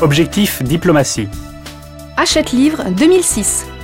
Objectif diplomatie. Hachette Livre 2006.